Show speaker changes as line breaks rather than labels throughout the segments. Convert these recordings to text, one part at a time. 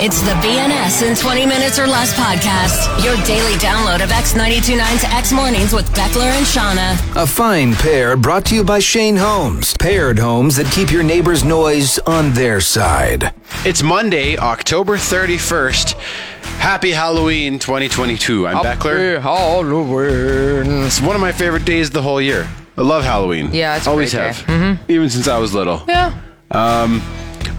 It's the BNS in 20 Minutes or Less podcast, your daily download of X929's X Mornings with Beckler and Shauna.
A fine pair brought to you by Shane Homes. Paired homes that keep your neighbor's noise on their side.
It's Monday, October 31st. Happy Halloween 2022. I'm Beckler.
Halloween.
It's one of my favorite days of the whole year. I love Halloween.
Yeah, it's a
always
great Mm-hmm.
have. Even since I was little.
Yeah.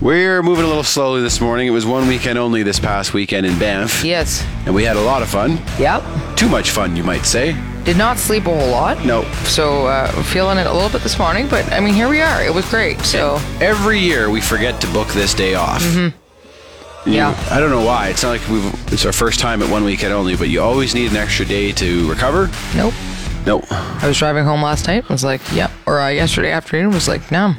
We're moving a little slowly this morning. It was one weekend only this past weekend in Banff.
Yes.
And we had a lot of fun.
Yep.
Too much fun, you might say.
Did not sleep a whole lot.
No.
So uh, feeling it a little bit this morning, but I mean, here we are. It was great. So
Every year we forget to book this day off.
Mm-hmm.
You-
Yeah.
I don't know why. It's not like we've it's our first time at one weekend only, but you always need an extra day to recover.
nope.
Nope.
I was driving home last night. I was like, yep. Or uh, yesterday afternoon was like, no.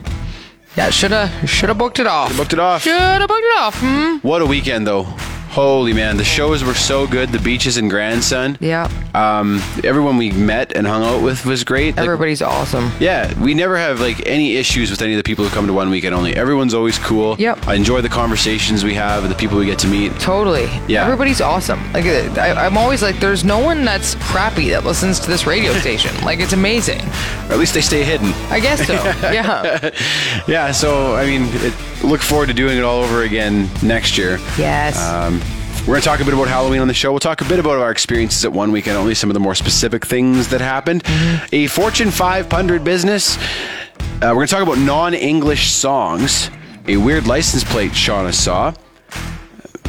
Yeah, shoulda shoulda booked it off.
Booked it off.
Shoulda booked it off. Hmm.
What a weekend, though. Holy man, the shows were so good. The beaches in Grandson.
Yeah.
Um, everyone we met and hung out with was great. Like,
Everybody's awesome.
yeah, we never have like any issues with any of the people who come to one weekend only. Everyone's always cool.
Yep.
I enjoy the conversations we have and the people we get to meet.
Totally.
Yeah.
Everybody's awesome. Like uh, I, I'm always like, there's no one that's crappy that listens to this radio station. Like it's amazing.
Or at least they stay hidden.
I guess so. Yeah.
Yeah. So I mean, it, look forward to doing it all over again next year.
Yes.
Um, we're going to talk a bit about Halloween on the show. We'll talk a bit about our experiences at one weekend only, some of the more specific things that happened. A Fortune 500 business. Uh, we're going to talk about non English songs. A weird license plate Shauna saw.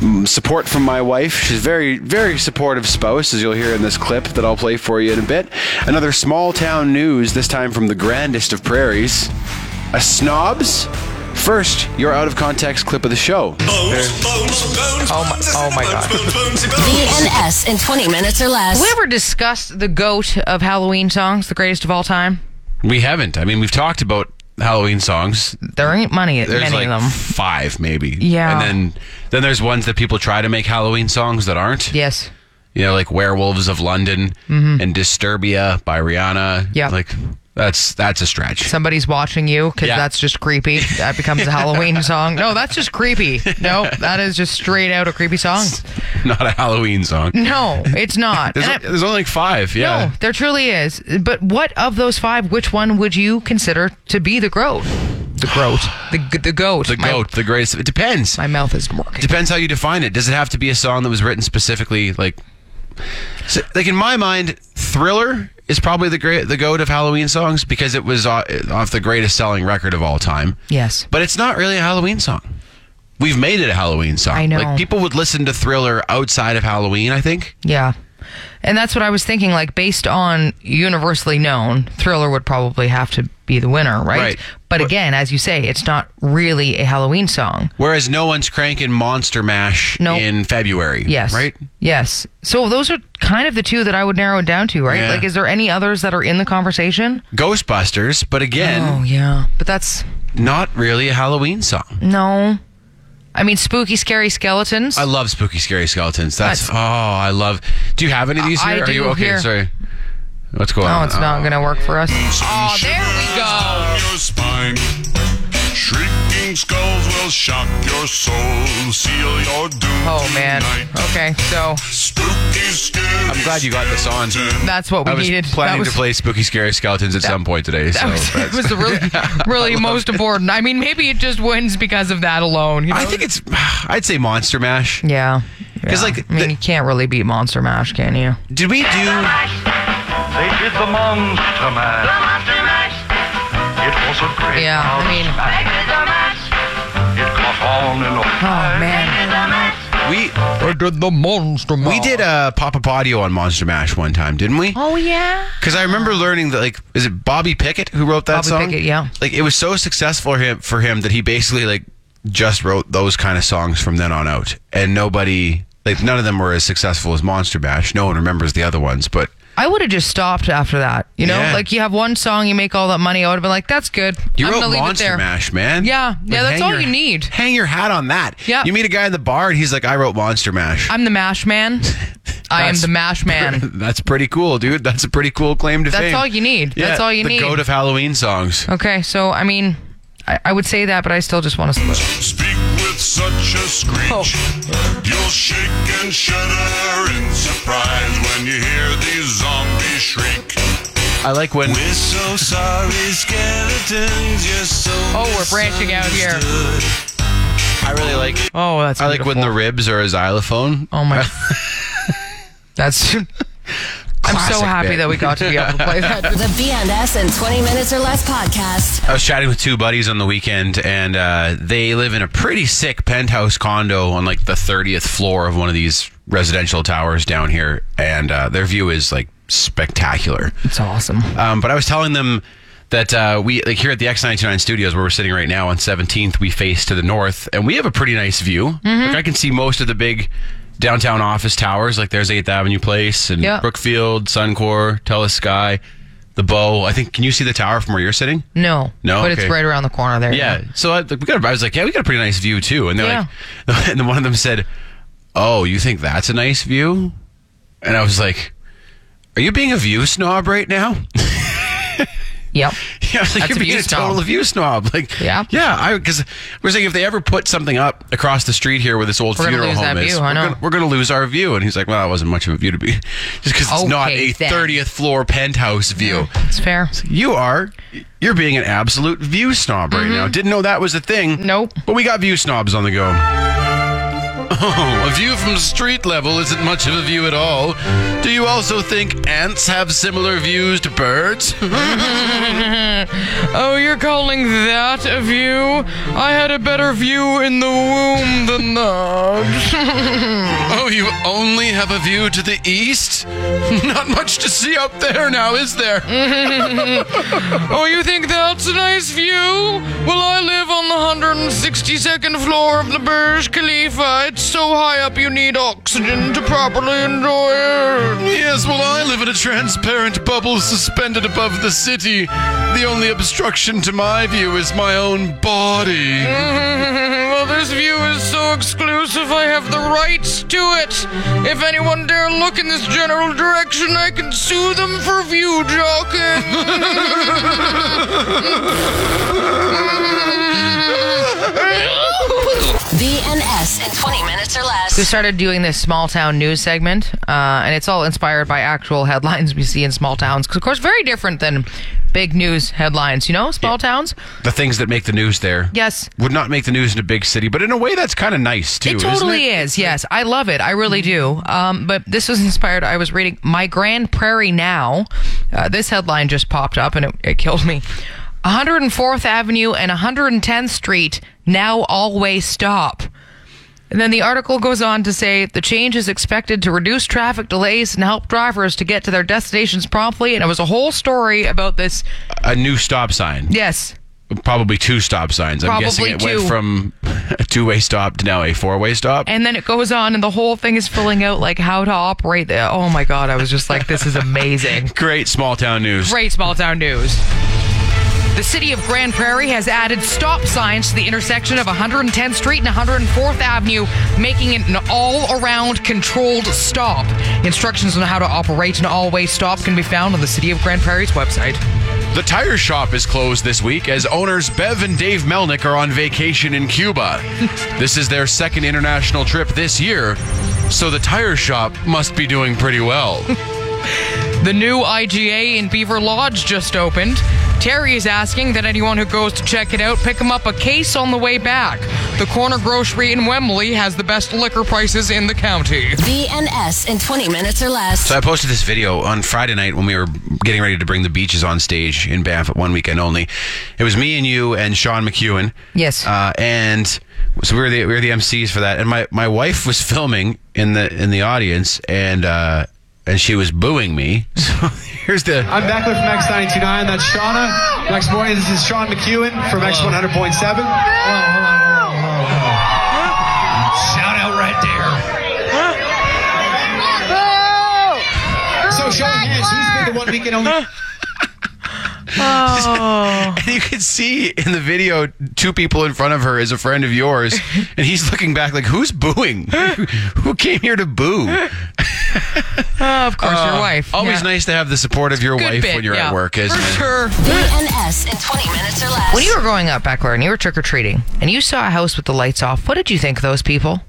Um, Support from my wife. She's very, very supportive spouse, as you'll hear in this clip that I'll play for you in a bit. Another small town news, this time from the grandest of prairies. A snobs. First, your out of context clip of the show.
Bones, bones, bones.
Oh my- oh my God.
Bones, bones, bones, bones.
BNS in 20 Minutes or Less.
Have we ever discussed the goat of Halloween songs, the greatest of all time?
We haven't. I mean, we've talked about Halloween songs.
There ain't money at
There's
many
like
of them.
five, maybe.
Yeah.
And then then there's ones that people try to make Halloween songs that aren't.
Yes.
You know, like Werewolves of London and Disturbia by Rihanna.
Mm-hmm. Yeah.
Like that's that's a stretch.
Somebody's watching you because
Yeah.
that's just creepy. That becomes a Halloween song. No, that's just creepy. No, that is just straight out a creepy song.
Not a Halloween song.
No, it's not.
There's,
And I-
there's only like five. Yeah.
no, there truly is. But what of those five? Which one would you consider to be the goat? The goat. The g- the goat.
The
My-
goat, the greatest. It depends.
My mouth is working.
depends how you define it. Does it have to be a song that was written specifically like so, like in my mind Thriller is probably the great the goat of Halloween songs because it was o- off the greatest selling record of all time.
Yes.
But it's not really a Halloween song. We've made it a Halloween song.
I know.
Like people would listen to Thriller outside of Halloween, I think.
Yeah. And that's what I was thinking. Like, based on universally known, Thriller would probably have to be the winner, right?
Right.
But again, as you say, it's not really a Halloween song.
Whereas no one's cranking Monster Mash
Nope.
in February.
Yes.
Right?
Yes. So those are kind of the two that I would narrow it down to, right?
Yeah.
Like, is there any others that are in the conversation?
Ghostbusters, but again,
Oh, yeah. But that's
not really a Halloween song.
no. I mean, spooky, scary skeletons.
I love spooky scary skeletons. That's oh,
That's-
I love. Do you have any of these
I-
here?
I
Are you
do
okay?
here.
Sorry. What's going on?
oh, it's not going to work for us. Oh, there we go.
Down your spine. Shrieking skulls will shock your soul. Seal your doom.
Oh, man.
tonight.
Okay. So
Spooky, scary.
Uh, I'm glad you got this on.
skeleton.
that's what we
I was
needed. That
planning
was-
to play spooky scary skeletons at some point today. So
That was,
that's-
that Oh, was the really, really most important. I mean, maybe it just wins because of that alone. You know?
I think it's. I'd say Monster Mash.
yeah.
'Cause,
Yeah.
like,
I mean,
the-
you can't really beat Monster Mash, can you?
Did we do?
They did the Monster Mash. The Monster Mash. It was a great
Yeah, I
monster
mean-
mash. It caught on and on.
Oh man,
We
I did the Monster Mash.
we did a pop up audio on Monster Mash one time, didn't we?
Oh yeah.
Because I remember learning that like is it Bobby Pickett who wrote that
Bobby
song?
Pickett, yeah.
Like it was so successful for him for him that he basically like just wrote those kind of songs from then on out, and nobody like none of them were as successful as Monster Bash. No one remembers the other ones, but
I would have just stopped after that. You know,
Yeah.
like you have one song, you make all that money. I would have been like, that's good.
you
I'm
wrote
gonna leave it
Monster
there.
Mash, man.
Yeah. Yeah, that's
hang
all
your-
you need.
Hang your hat on that.
Yeah.
You meet a guy in the bar and he's like, "I wrote Monster Mash."
I'm the Mash Man. I am
That's-
the Mash Man.
That's pretty cool, dude. That's a pretty cool claim to
That's
fame.
all you need. That's
Yeah,
all you
the
need.
goat of Halloween songs.
Okay, so I mean, I, I would say that, but I still just want to
Oh,
split.
Speak with such a screech. You'll shake and shudder in surprise when you hear these zombies shriek.
I like when
We're so sorry, skeletons. You're so.
Oh, we're branching out here.
I really like
Oh, that's.
I like when the
beautiful.
ribs are a xylophone.
Oh my. that's. I'm so
Classic
happy
bit.
that we got to be able to play that.
The BNS in 20 Minutes or Less podcast.
I was chatting with two buddies on the weekend, and uh, they live in a pretty sick penthouse condo on like the 30th floor of one of these residential towers down here, and uh, their view is like spectacular.
It's awesome.
Um, but I was telling them that uh, we like here at the X929 studios where we're sitting right now on 17th, we face to the north, and we have a pretty nice view. Like I can see most of the big downtown office towers. Like there's 8th Avenue Place and
Yeah.
Brookfield, Suncor, Telus Sky, the Bow. I think can you see the tower from where you're sitting?
No.
No?
But it's
Okay.
right around the corner there.
Yeah. So I, like, we got. A, I was like, yeah, we got a pretty nice view too. And they're like, and then one of them said, "Oh, you think that's a nice view?" And I was like, "Are you being a view snob right now?"
Yep.
Yeah, I was like,
That's
you're
a
being
view
a
snob.
total view snob. Like,
Yeah.
yeah. I because we're saying if they ever put something up across the street here where this old
We're gonna
funeral
lose
home
that
is,
view,
we're,
I know.
Gonna, we're gonna lose our view. And he's like, well, that wasn't much of a view to be, just because it's not
Okay,
a
then.
30th floor penthouse view.
It's fair.
You are. You're being an absolute view snob right now. Didn't know that was a thing.
Mm-hmm. Nope.
But we got view snobs on the go. Oh, a view from street level isn't much of a view at all. Do you also think ants have similar views to birds?
Oh, you're calling that a view? I had a better view in the womb than that.
oh, you only have a view to the east? Not much to see up there now, is there?
Oh, you think that's a nice view? Well, I live on the 162nd floor of the Burj Khalifa. It's so high up you need oxygen to properly enjoy it.
Yes, well, I live in a transparent bubble suspended above the city. The only obstruction to my view is my own body.
well, this view is so exclusive, I have the rights to it. If anyone dare look in this general direction, I can sue them for view jocking.
BNS in 20 Minutes or
We
Less.
started doing this small town news segment, uh, and it's all inspired by actual headlines we see in small towns. Because, of course, very different than big news headlines, you know, small towns.
The things that make the news there.
Yes.
Would not make the news in a big city, but in a way that's kind of nice, too.
It
isn't
totally is. Yes, I love it. I really do. Um, but this was inspired. I was reading "My Grand Prairie Now." Uh, this headline just popped up and it, it killed me. 104th Avenue and 110th Street now always stop. And then the article goes on to say the change is expected to reduce traffic delays and help drivers to get to their destinations promptly. And it was a whole story about this.
A new stop sign.
Yes,
Probably two stop signs. I'm
Probably
guessing it
two.
went from a two way stop to now a four way stop.
And then it goes on, and the whole thing is filling out like how to operate the. Oh my God, I was just like, this is amazing.
Great small town news.
Great small town news. The city of Grand Prairie has added stop signs to the intersection of 110th Street and 104th Avenue, making it an all around controlled stop. Instructions on how to operate an all way stop can be found on the city of Grand Prairie's website.
The tire shop is closed this week as owners Bev and Dave Melnick are on vacation in Cuba. this is their second international trip this year, so the tire shop must be doing pretty well.
The new IGA in Beaver Lodge just opened. Terry is asking that anyone who goes to check it out pick him up a case on the way back. The corner grocery in Wembley has the best liquor prices in the county.
BNS in 20 Minutes or Less.
So I posted this video on Friday night when we were getting ready to bring the beaches on stage in Banff at one weekend only. It was me and you and Sean McEwen.
Yes.
Uh, and so we were the we were the MCs for that. And my, my wife was filming in the in the audience and uh, and she was booing me. So here's the
I'm Beckler from X929. That's Shauna. Next morning, this is Sean McEwen from X100.7. Shout out right there. So, Sean Hance, who's been the one weekend only?
And you can see in the video, two people in front of her is a friend of yours, and he's looking back like, "Who's booing? Who came here to boo?"
Oh, of course, your
Uh,
wife. Uh,
Always nice to have the support of your wife when you're at work, isn't
For
it?
sure.
BNS Plus in 20 minutes or less.
When you were growing up, Beckler, and you were trick or treating, and you saw a house with the lights off, what did you think of those people?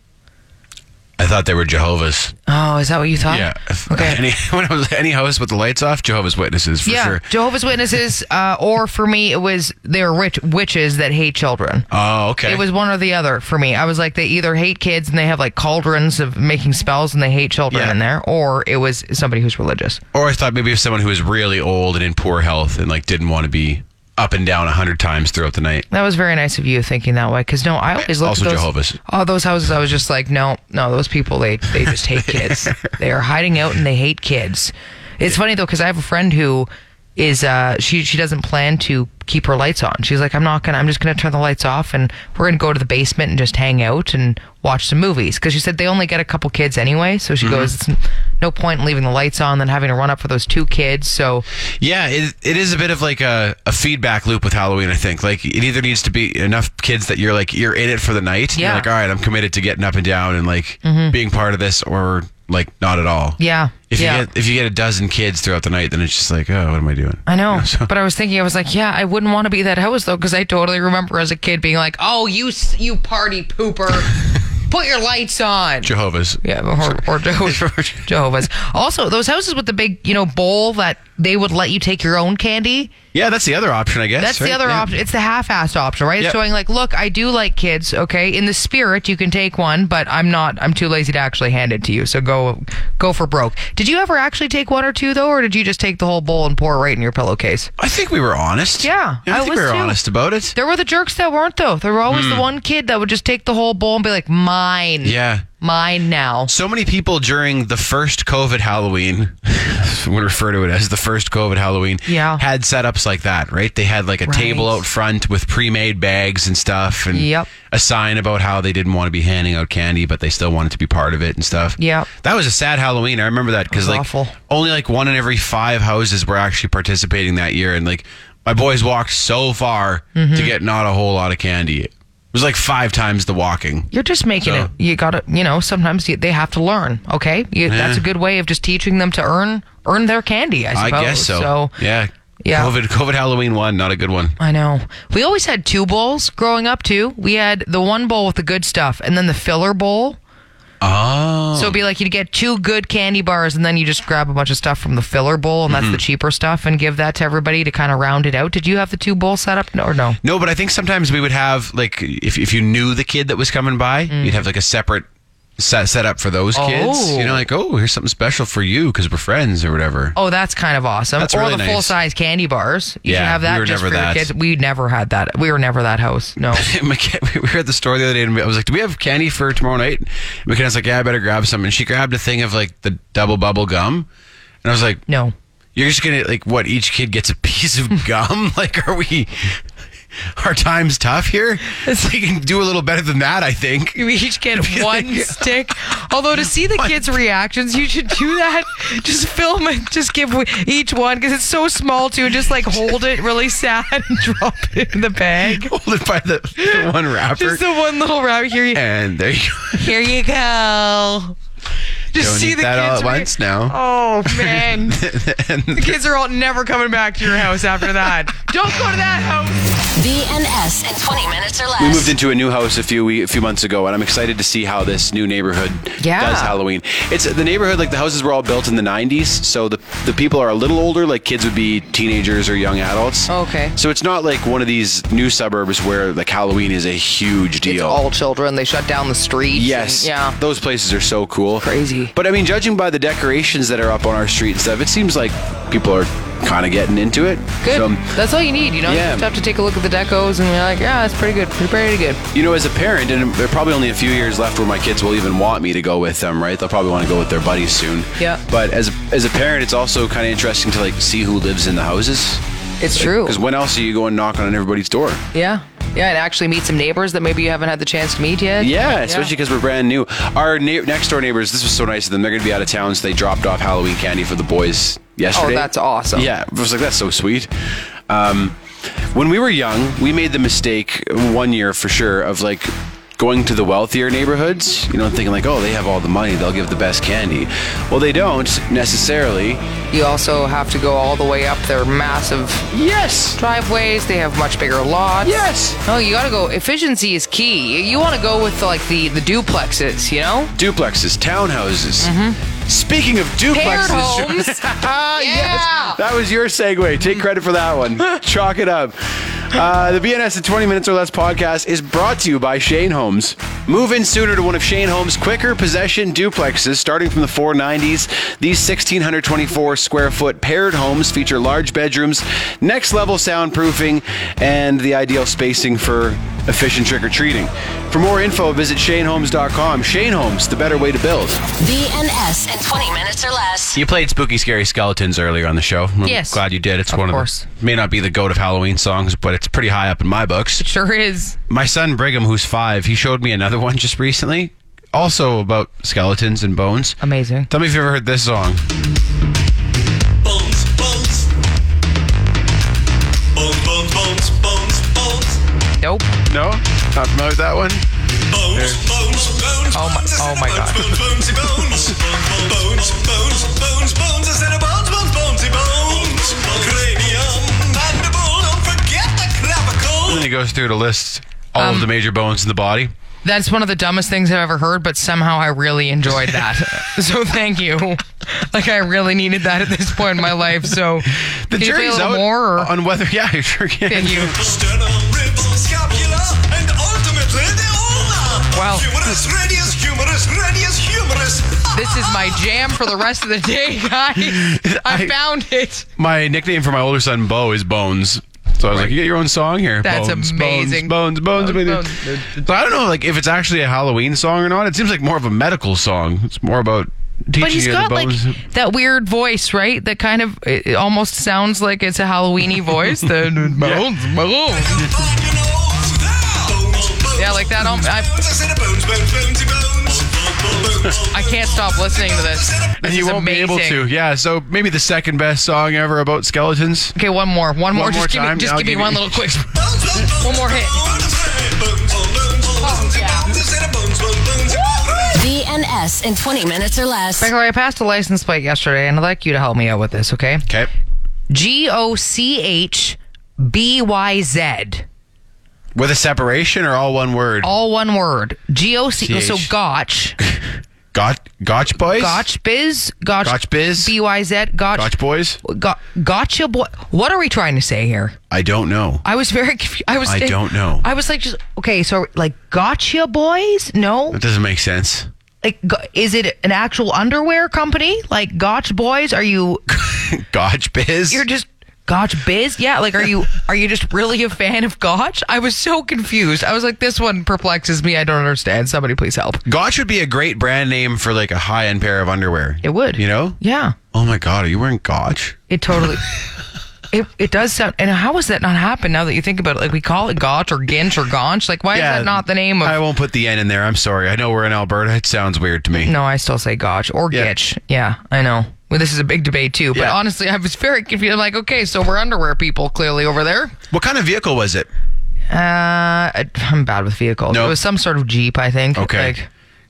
I thought they were Jehovah's.
Oh, is that what you thought?
Yeah.
Okay.
Any, when it was any house with the lights off, Jehovah's Witnesses for
yeah,
sure.
Jehovah's Witnesses, uh, or for me, it was they're rich witches that hate children.
Oh, okay.
It was one or the other for me. I was like, they either hate kids and they have like cauldrons of making spells and they hate children
Yeah.
in there, or it was somebody who's religious.
Or I thought maybe of someone who was really old and in poor health and like didn't want to be up and down a hundred times throughout the night.
That was very nice of you thinking that way. Because no, I always looked
Also
at those,
Jehovah's.
all those houses. I was just like, no, no, those people they they just hate kids. They are hiding out and they hate kids. It's funny though because I have a friend who is uh she she doesn't plan to keep her lights on. She's like, I'm not gonna. I'm just gonna turn the lights off and we're gonna go to the basement and just hang out and watch some movies. Because she said they only get a couple kids anyway, so she
Mm-hmm.
goes, it's no point in leaving the lights on than having to run up for those two kids. So
Yeah, it, it is a bit of like a, a feedback loop with Halloween, I think. Like it either needs to be enough kids that you're like you're in it for the night. and
Yeah.
You're like,
Mm-hmm.
all right, I'm committed to getting up and down and like being part of this or like not at all.
yeah,
If
yeah.
you get if you get a dozen kids throughout the night, then it's just like, oh, what am I doing?
I know, but I was thinking, I was like, yeah, I wouldn't want to be that house though, because I totally remember as a kid being like, oh, you s- you party pooper, put your lights on.
Jehovah's.
yeah, or, or Jehovah's. Jehovah's. Also, those houses with the big, you know, bowl that they would let you take your own candy.
Yeah, that's the other option, I guess.
That's
right?
the other
Yeah.
option. It's the half-assed option, right?
Yep.
It's showing like, look, I do like kids. Okay, in the spirit, you can take one, but I'm not. I'm too lazy to actually hand it to you. So go, go for broke. Did you ever actually take one or two though, or did you just take the whole bowl and pour it right in your pillowcase?
I think we were honest.
Yeah,
I,
I
think
was
we were
too.
honest about it.
There were the jerks that weren't though. There were always the one kid that would just take the whole bowl and be like, "Mine,
Hmm. Yeah.
mine now."
So many people during the first COVID Halloween, we refer to it as the first COVID Halloween,
Yeah.
had setups like that, right? They had like a
Right.
table out front with pre-made bags and stuff, and
Yep.
a sign about how they didn't want to be handing out candy, but they still wanted to be part of it and stuff.
Yep.
that was a sad Halloween. I remember that because
was
like
awful.
only like one in every five houses were actually participating that year, and like my boys walked so far
Mm-hmm.
to get not a whole lot of candy. It was like five times the walking.
You're just making
So-
it. You gotta, you know. Sometimes you, they have to learn. Okay, you, that's a good way of just teaching them to earn earn their candy. I
I
suppose.
guess so. yeah.
Yeah.
COVID, COVID Halloween one, not a good one.
I know. We always had two bowls growing up too. We had the one bowl with the good stuff, and then the filler bowl.
Oh.
So it'd be like you'd get two good candy bars, and then you just grab a bunch of stuff from the filler bowl, and that's
Mm-hmm.
the cheaper stuff, and give that to everybody to kind of round it out. Did you have the two bowl set up, No- or no?
No, but I think sometimes we would have like if if you knew the kid that was coming by, you'd have like a separate set set up for those kids. You know,
Oh.
like oh, here's something special for you because we're friends or whatever.
Oh, that's kind of awesome.
That's
or
really
the
nice.
full size candy bars. You
Yeah,
should have
we
that
were
just
never
for your
that.
kids. We never had that. We were never that house. No.
My kid- we were at the store the other day, and I was like, "Do we have candy for tomorrow night?" And McKenna's like, "Yeah, I better grab some." And she grabbed a thing of like the double bubble gum, and I was like,
no.
You're just gonna like what? Each kid gets a piece of gum. like, are we? Our time's tough here. We can do a little better than that, I think.
We each get one stick. Although to see the kids' reactions, you should do that. Just film it. Just give each one because it's so small too. And just like hold it really sad and drop it in the bag.
Hold it by the, the one wrapper,
Just the one little rabbit here. You,
and there you go.
here you go. Just
Don't
see
eat
the
that all
kids
at
rea-
once now.
Oh man. The kids are all never coming back to your house after that. Don't go to that house.
BNS in 20 minutes or less.
We moved into a new house a few we- a few months ago, and I'm excited to see how this new neighborhood
Yeah.
does Halloween. It's the neighborhood like the houses were all built in the '90s, so the the people are a little older. Like kids would be teenagers or young adults.
Okay.
So it's not like one of these new suburbs where like Halloween is a huge deal.
children. They shut down the street.
Yes. Those places are so cool.
Crazy.
But I mean, judging by the decorations that are up on our street and stuff, it seems like people are kind of getting into it.
Good.
So, um,
That's all you need, you know.
Yeah.
You just have to take a look at the decos and you're like, yeah, that's pretty good, pretty, pretty good.
you know, as a parent, and there are probably only a few years left where my kids will even want me to go with them, right? They'll probably want to go with their buddies soon.
Yeah.
But as a, as a parent, it's also kind of interesting to like see who lives in the houses.
It's true.
Because when else are you going knocking on everybody's door?
Yeah, yeah, and actually meet some neighbors that maybe you haven't had the chance to meet yet.
Yeah, especially because we're brand new. Our na- next door neighbors, this was so nice of them. They're going to be out of town, so they dropped off Halloween candy for the boys yesterday.
Oh, that's awesome.
Yeah, I was like, that's so sweet. Um, when we were young, we made the mistake one year for sure of like
going to the wealthier neighborhoods, you know, thinking like, oh, they have all the money, they'll give the best candy. Well, they don't necessarily.
You also have to go all the way up their massive
Yes.
driveways. They have much bigger lots.
Yes.
No, you gotta go. Efficiency is key. You want to go with like the the duplexes, you know?
Duplexes, townhouses. Speaking of
Mm-hmm. Paired
duplexes,
homes.
Ah,
Yeah.
yes. That was your segue. Take credit for that one. Chalk it up. Uh, the BNS in 20 Minutes or Less podcast is brought to you by Shane Homes. Move in sooner to one of Shane Homes' quicker possession duplexes starting from the 490s. These 1,624 square foot paired homes feature large bedrooms, next level soundproofing, and the ideal spacing for efficient trick or treating. For more info, visit shanehomes.com. Shane Homes, the better way to build.
BNS in 20 minutes or less.
You played Spooky Scary Skeletons earlier on the show. I'm
Yes.
Glad you did. It's
Of
one
course.
of the, may not be the goat of Halloween songs, but it's pretty high up in my books.
Sure is.
My son Brigham, who's five, he showed me another one just recently, also about skeletons and bones.
Amazing.
Tell me if you've ever heard this song.
Bones, bones. Bones, bones, bones, bones, bones.
Nope.
No, not familiar with that one.
Bones, bones, bones.
Oh my- oh my God.
Bones, bones, bonesy bones. Bones, bones, bones, bones. Instead of bones, bones, bonesy bones. Cranium, mandible. Don't forget the
And
clavicle.
then he goes through to list all
Um,
of the major bones in the body.
That's one of the dumbest things I've ever heard, but somehow I really enjoyed that. so thank you. Like I really needed that at this point in my life. So
The
can oh. you play a
jury's
little
out
more. Or
on whether. Yeah, you sure can.
thank you.
Sternum, ribs, scapula, and ultimately the ulna.
Wow.
Humerus, radius, humerus, radius, humerus.
This is my jam for the rest of the day, guys. I
I-
found it.
My nickname for my older son Bo is Bones. So I was like, you get your own song here.
That's
bones,
amazing.
Bones, bones, bones.
Bones,
So I don't know, like if it's actually a Halloween song or not. It seems like more of a medical song. It's more about teaching
But he's
you
got
the
like
bones.
that weird voice, right? That kind of it it almost sounds like it's a Halloweeny voice. The bones, bones. Yeah, like that. um, I, I can't stop listening to this. This
and you
is
won't be able
amazing.
to. Yeah. So maybe the second best song ever about skeletons.
Okay, one more. One more.
One more
just give
time?
me, just
I'll
give me
give
one
you-
little quick. One more hit.
Oh, yeah.
BNS in 20 minutes or less.
Michael, I passed a license plate yesterday, and I'd like you to help me out with this, okay?
Okay.
G O C H B Y Z.
With a separation or all one word?
All one word. G O C. oh,
Ch.
So gotch.
Got Gotch boys.
Gotch biz. Gotch.
Gotch biz?
B Y Z. Gotch.
Gotch boys.
Go- gotcha boy. What are we trying to say here?
I don't know.
I was very confused. I was.
I don't know.
I was like, just okay. So like, gotcha boys? No.
That doesn't make sense.
Like, go- is it an actual underwear company? Like, gotch boys? Are you?
Gotch biz.
You're just Gotch biz? Yeah, like are you are you just really a fan of Gotch? I was so confused. I was like, this one perplexes me. I don't understand. Somebody please help.
Gotch would be a great brand name for like a high end pair of underwear.
It would.
You know?
Yeah.
Oh my God, are you wearing Gotch?
It totally It, it does sound and how has that not happened now that you think about it? Like we call it Gotch or Ginch or Gonch. Like why is that not the name of
I won't put the N in there. I'm sorry. I know we're in Alberta. It sounds weird to me.
No, I still say Gotch or
Yeah.
Gitch. Yeah, I know. Well, this is a big debate too. But
Yeah.
honestly, I was very confused. I'm like, okay, so we're underwear people clearly over there.
What kind of vehicle was it?
Uh, I- I'm bad with vehicles.
Nope.
It was some sort of Jeep, I think.
Okay.
Like,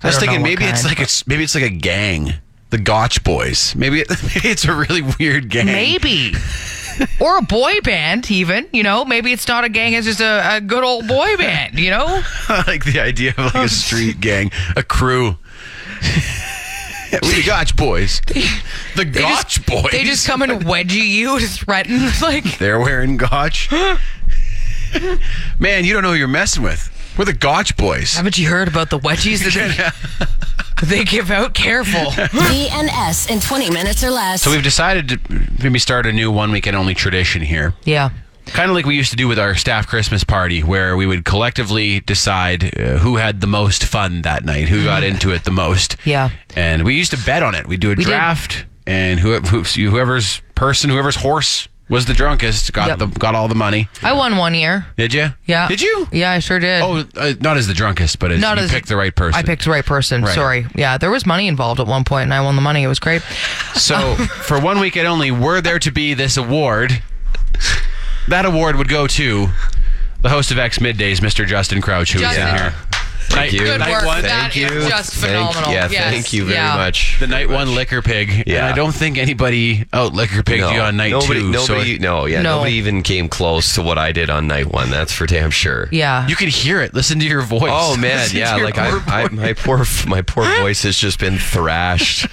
I was
don't know
thinking
what
maybe it's
kind.
like it's maybe it's like a gang. The Gotch boys. Maybe, it, maybe it's a really weird gang.
maybe. or a boy band, even. You know, maybe it's not a gang, it's just a, a good old boy band, you know?
I like the idea of like a street gang, a crew. we the Gotch boys. The
They
Gotch
just,
boys.
They just come and wedgie you to threaten. Like,
They're wearing Gotch. Man, you don't know who you're messing with. We're the Gotch boys.
haven't you heard about the wedgies that they, they give out? Careful.
BNS in 20 minutes or less.
So we've decided to maybe start a new one weekend only tradition here.
yeah.
Kind of like we used to do with our staff Christmas party, where we would collectively decide uh, who had the most fun that night, who got into it the most.
Mm. Yeah.
And we used to bet on it. We'd do a
did.
draft, and who, who, whoever's person, whoever's horse was the drunkest got
Yep.
the got all the money.
I won one year.
Did you?
Yeah.
Did you?
Yeah, I sure did.
Oh, uh, not as the drunkest, but as
Not
you
as-
picked the right person.
I picked the right person.
Right.
Sorry. Yeah, there was money involved at one point, and I won the money. It was great.
So for one weekend only, were there to be this award, that award would go to the host of X Middays, Mr. Justin Crouch, who is in
Justin.
here. Thank you.
Good
Night
work.
one.
That
Thank
is
you.
just
Thank-
phenomenal.
yeah,
Yes.
thank you very
Yeah.
much.
The night one liquor pig. And
Yeah.
I don't think anybody out liquor pigged you on night
nobody,
two. so
Nobody,
it-
no, yeah,
No.
nobody even came close to what I did on night one. That's for damn sure.
Yeah.
you can hear it. Listen to your voice.
Oh man,
Listen to
yeah.
your
Like I, I,
voice.
my poor, my poor voice has just been thrashed.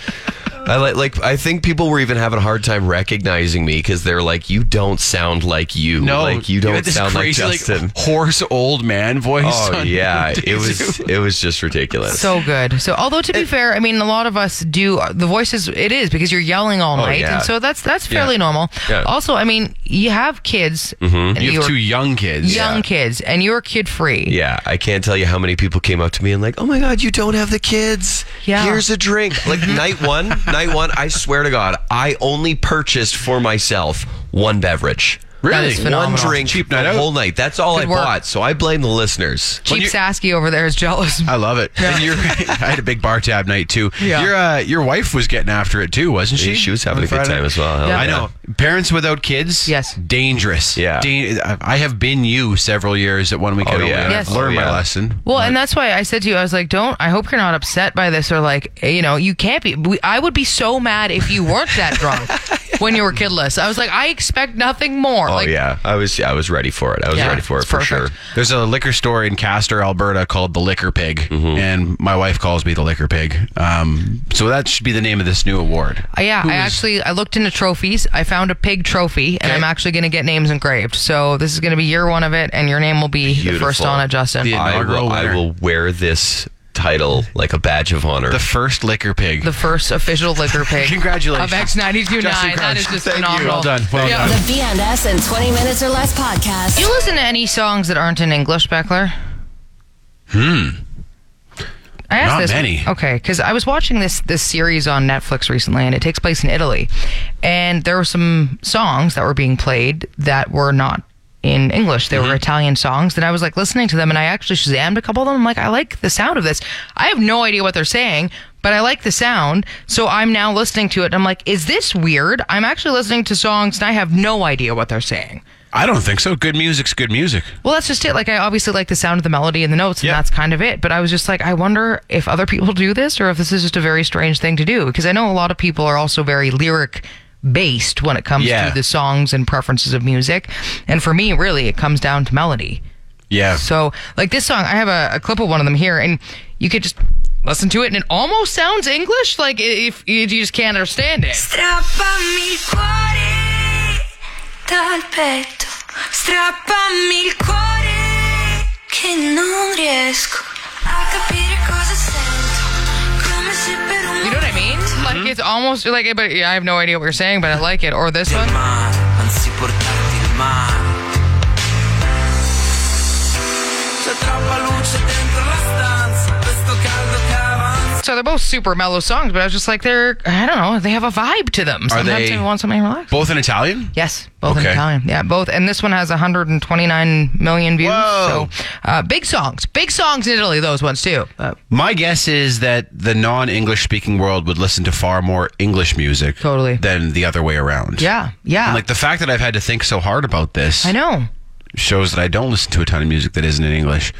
I like, like I think people were even having a hard time recognizing me because they're like, "You don't sound like you.
No,
like you
had
don't
this
sound
crazy,
like Justin."
hoarse old man voice.
oh
on
yeah,
day
it was,
two.
it was just ridiculous.
So good. So, although to be fair, I mean, a lot of us do the voices. It is because you're yelling all
Oh,
night,
yeah.
and so that's that's fairly normal.
Yeah. Mm-hmm.
Also, I mean, you have kids. and
You have
you're
two young kids.
young kids, and you're kid free.
Yeah, I can't tell you how many people came up to me and like, "Oh my God, you don't have the kids.
Yeah.
Here's a drink." Like night one, night one. I swear to God, I only purchased for myself one beverage.
Really?
That is
One
phenomenal.
drink
Cheap
the
night out.
whole night. That's all
Good
I
work.
bought. So I blame the listeners.
Cheap Sasky over there is jealous.
Uh,
I love it. And your, I had a big bar tab night too.
Yeah.
Your uh, your wife was getting after it too, wasn't she?
Yeah, she was having
On
a good
Friday?
time as well. Hell
Yeah.
I know. Parents without kids,
Yes.
dangerous.
Yeah.
Dan- I have been you several years at one weekend.
Oh, yeah.
Yes.
Learn
Oh,
my
yeah.
lesson.
Well, and that's why I said to you, I was like, "Don't." I hope you're not upset by this, or like, eh, you know, you can't be. We, I would be so mad if you weren't that drunk when you were kidless. I was like, I expect nothing more.
Oh
like,
yeah, I was I was ready for it. I was
Yeah,
ready for it
it's
for
perfect.
sure.
There's a liquor store in Castor, Alberta called the Liquor Pig,
Mm-hmm.
and my wife calls me the Liquor Pig. Um, so that should be the name of this new award.
Uh, Yeah,
Who
I
is-
actually I looked into trophies. I found a pig trophy, and
Okay.
I'm actually going to get names engraved. So this is going to be year one of it, and your name will be the first
Beautiful.
on it, Justin.
Yeah.
I
Inaugural
will, I
winner.
will wear this title like a badge of honor.
The first Liquor Pig.
The first official liquor pig.
Congratulations.
Of X ninety two
Justin
nine. That
Karch.
is just
Thank you.
phenomenal.
Well done. Well
Yeah.
done.
The BNS in 20 minutes or less podcast.
Do you listen to any songs that aren't in English, Beckler? Hmm. I asked
Hmm. Not
this,
many.
Okay, because I was watching this this series on Netflix recently, and it takes place in Italy, and there were some songs that were being played that were not in English. They
Mm-hmm.
were Italian songs, and I was like listening to them, and I actually shazammed a couple of them. I'm like, I like the sound of this. I have no idea what they're saying, but I like the sound, so I'm now listening to it. And I'm like, is this weird? I'm actually listening to songs, and I have no idea what they're saying.
I don't think so. Good music's good music.
Well, that's just it. Like, I obviously like the sound of the melody and the notes, and
Yeah.
that's kind of it. But I was just like, I wonder if other people do this or if this is just a very strange thing to do. Because I know a lot of people are also very lyric based when it comes
Yeah.
to the songs and preferences of music. And for me, really, it comes down to melody.
Yeah.
So, like this song, I have a, a clip of one of them here, and you could just listen to it, and it almost sounds English. Like, i- if you just can't understand it.
Strappami il cuore dal petto, strappami il cuore che non riesco a capire cosa sento, come se per un
You know what I mean?
Mm-hmm.
Like, it's almost like, but I have no idea what you're saying, but I like it. Or this one.
anzi portarti il mare. C'è troppa luce dentro la stanza, questo caldo che avanza.
So they're both super mellow songs, but I was just like, they're, I don't know, they have a vibe to them. Sometimes
they-
I want something relaxed.
Both in Italian?
Yes, both in
Okay.
Italian. Yeah, both. And this one has 129 million views.
Whoa.
So uh, big songs. Big songs in Italy, those ones too. Uh,
My guess is that the non English speaking world would listen to far more English music
Totally.
than the other way around.
yeah, yeah.
And like the fact that I've had to think so hard about this
I know.
shows that I don't listen to a ton of music that isn't in English.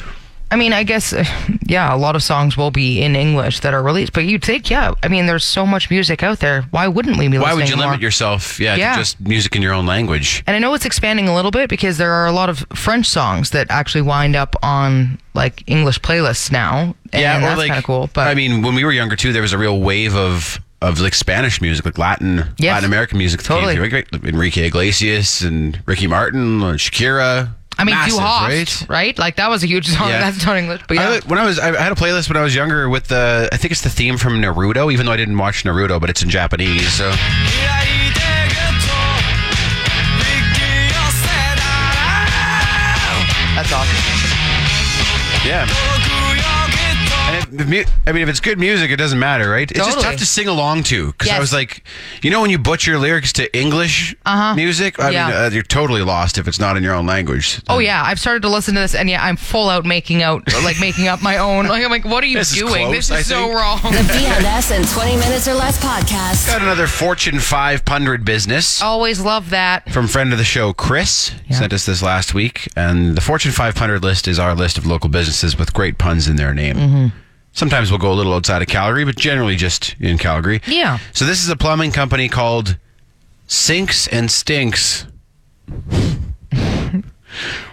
I mean, I guess, uh, yeah, a lot of songs will be in English that are released, but you'd think, yeah, I mean, there's so much music out there. Why wouldn't we be
Why would
listening
you
more?
limit yourself, yeah,
Yeah.
to just music in your own language?
And I know it's expanding a little bit because there are a lot of French songs that actually wind up on like English playlists now. And that's kind of cool. But
I mean, when we were younger too, there was a real wave of of like Spanish music, like Latin
Yes.
Latin American music. that
Totally.
came through. Like, like Enrique Iglesias and Ricky Martin, and Shakira.
I mean,
Massive,
you host, right? Like that was a huge song.
Yeah.
That's not English, but yeah,
I, when I was, I had a playlist when I was younger with the, I think it's the theme from Naruto. Even though I didn't watch Naruto, but it's in Japanese. So
that's awesome.
yeah, and it the mu- I mean, if it's good music, it doesn't matter, right? It's just
Totally.
tough to sing along to because I
Yes.
was like, you know, when you butcher lyrics to English
Uh-huh.
music, I mean,
Yeah.
uh, you're totally lost if it's not in your own language.
Oh yeah, I've started to listen to this, and yeah, I'm full out making out, like making up my own. Like I'm like, what are you
This is
doing?
close,
this is
I
so
think.
wrong.
The BNS in 20 minutes or less podcast.
Got another Fortune 500 business.
Always love that.
From friend of the show, Chris, sent us this last week. And the Fortune 500 list is our list of local businesses with great puns in their name.
Mm-hmm.
Sometimes we'll go a little outside of Calgary, but generally just in Calgary.
Yeah.
So this is a plumbing company called Sinks and Stinks,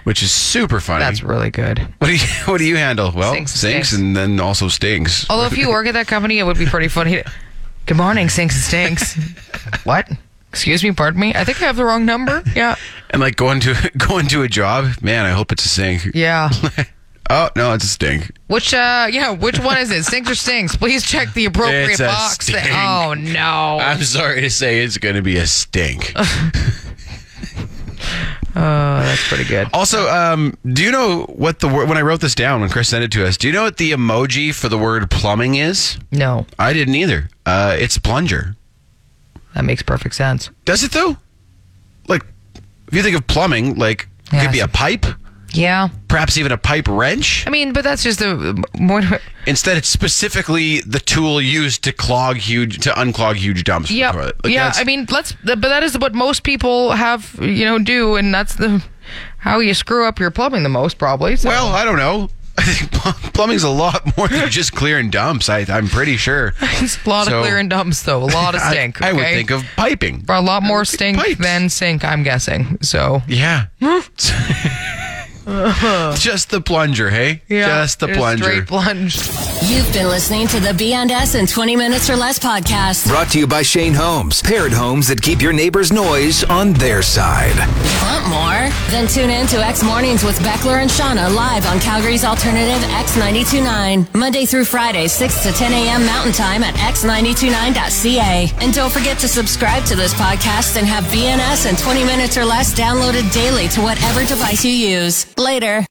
which is super funny. That's
really good.
What do you What do you handle? Well,
Sinks and
sinks,
stinks. Oh.
and then also stinks.
Although if you work at that company, it would be pretty funny. to- Good morning, sinks and stinks. what? Excuse me, pardon me. I think I have the wrong number. Yeah.
and like going to going to a job, man. I hope it's a sink.
Yeah.
oh no, it's a stink.
Which uh yeah, which one is it? Stinks or stinks? Please check the appropriate
It's a
box. that-
stink.
oh no.
I'm sorry to say, it's going to be a stink.
Uh, that's pretty good.
Also, um, do you know what the word when I wrote this down when Chris sent it to us? Do you know what the emoji for the word plumbing is?
No,
I didn't either. Uh, it's plunger.
that makes perfect sense.
Does it though? Like, if you think of plumbing, like it could be a pipe,
Yeah.
perhaps even a pipe wrench.
I mean, but that's just the uh, more
Instead, it's specifically the tool used to clog huge to unclog huge dumps. from
Yeah.
the toilet. Like,
yeah,
that's-
I mean, let's but that is what most people have, you know, do and that's the how you screw up your plumbing the most probably. So.
Well, I don't know. I think pl- plumbing's a lot more than just clearing dumps. I, I'm pretty sure.
It's a lot
So-
of clearing dumps, though. A lot of
I-
stink.
I would
okay?
think of piping.
a lot more stink than sink. I'm guessing. So
Yeah. just the plunger, hey?
Yeah,
Just the
just
plunger.
straight
plunge.
You've been listening to the BNS in 20 minutes or less podcast.
Brought to you by Shane Holmes, paired homes that keep your neighbor's noise on their side.
Want more? Then tune in to X Mornings with Beckler and Shauna live on Calgary's alternative X929. Monday through Friday, 6 to 10 a.m. Mountain Time at x929.ca. And don't forget to subscribe to this podcast and have BNS in 20 minutes or less downloaded daily to whatever device you use. Later.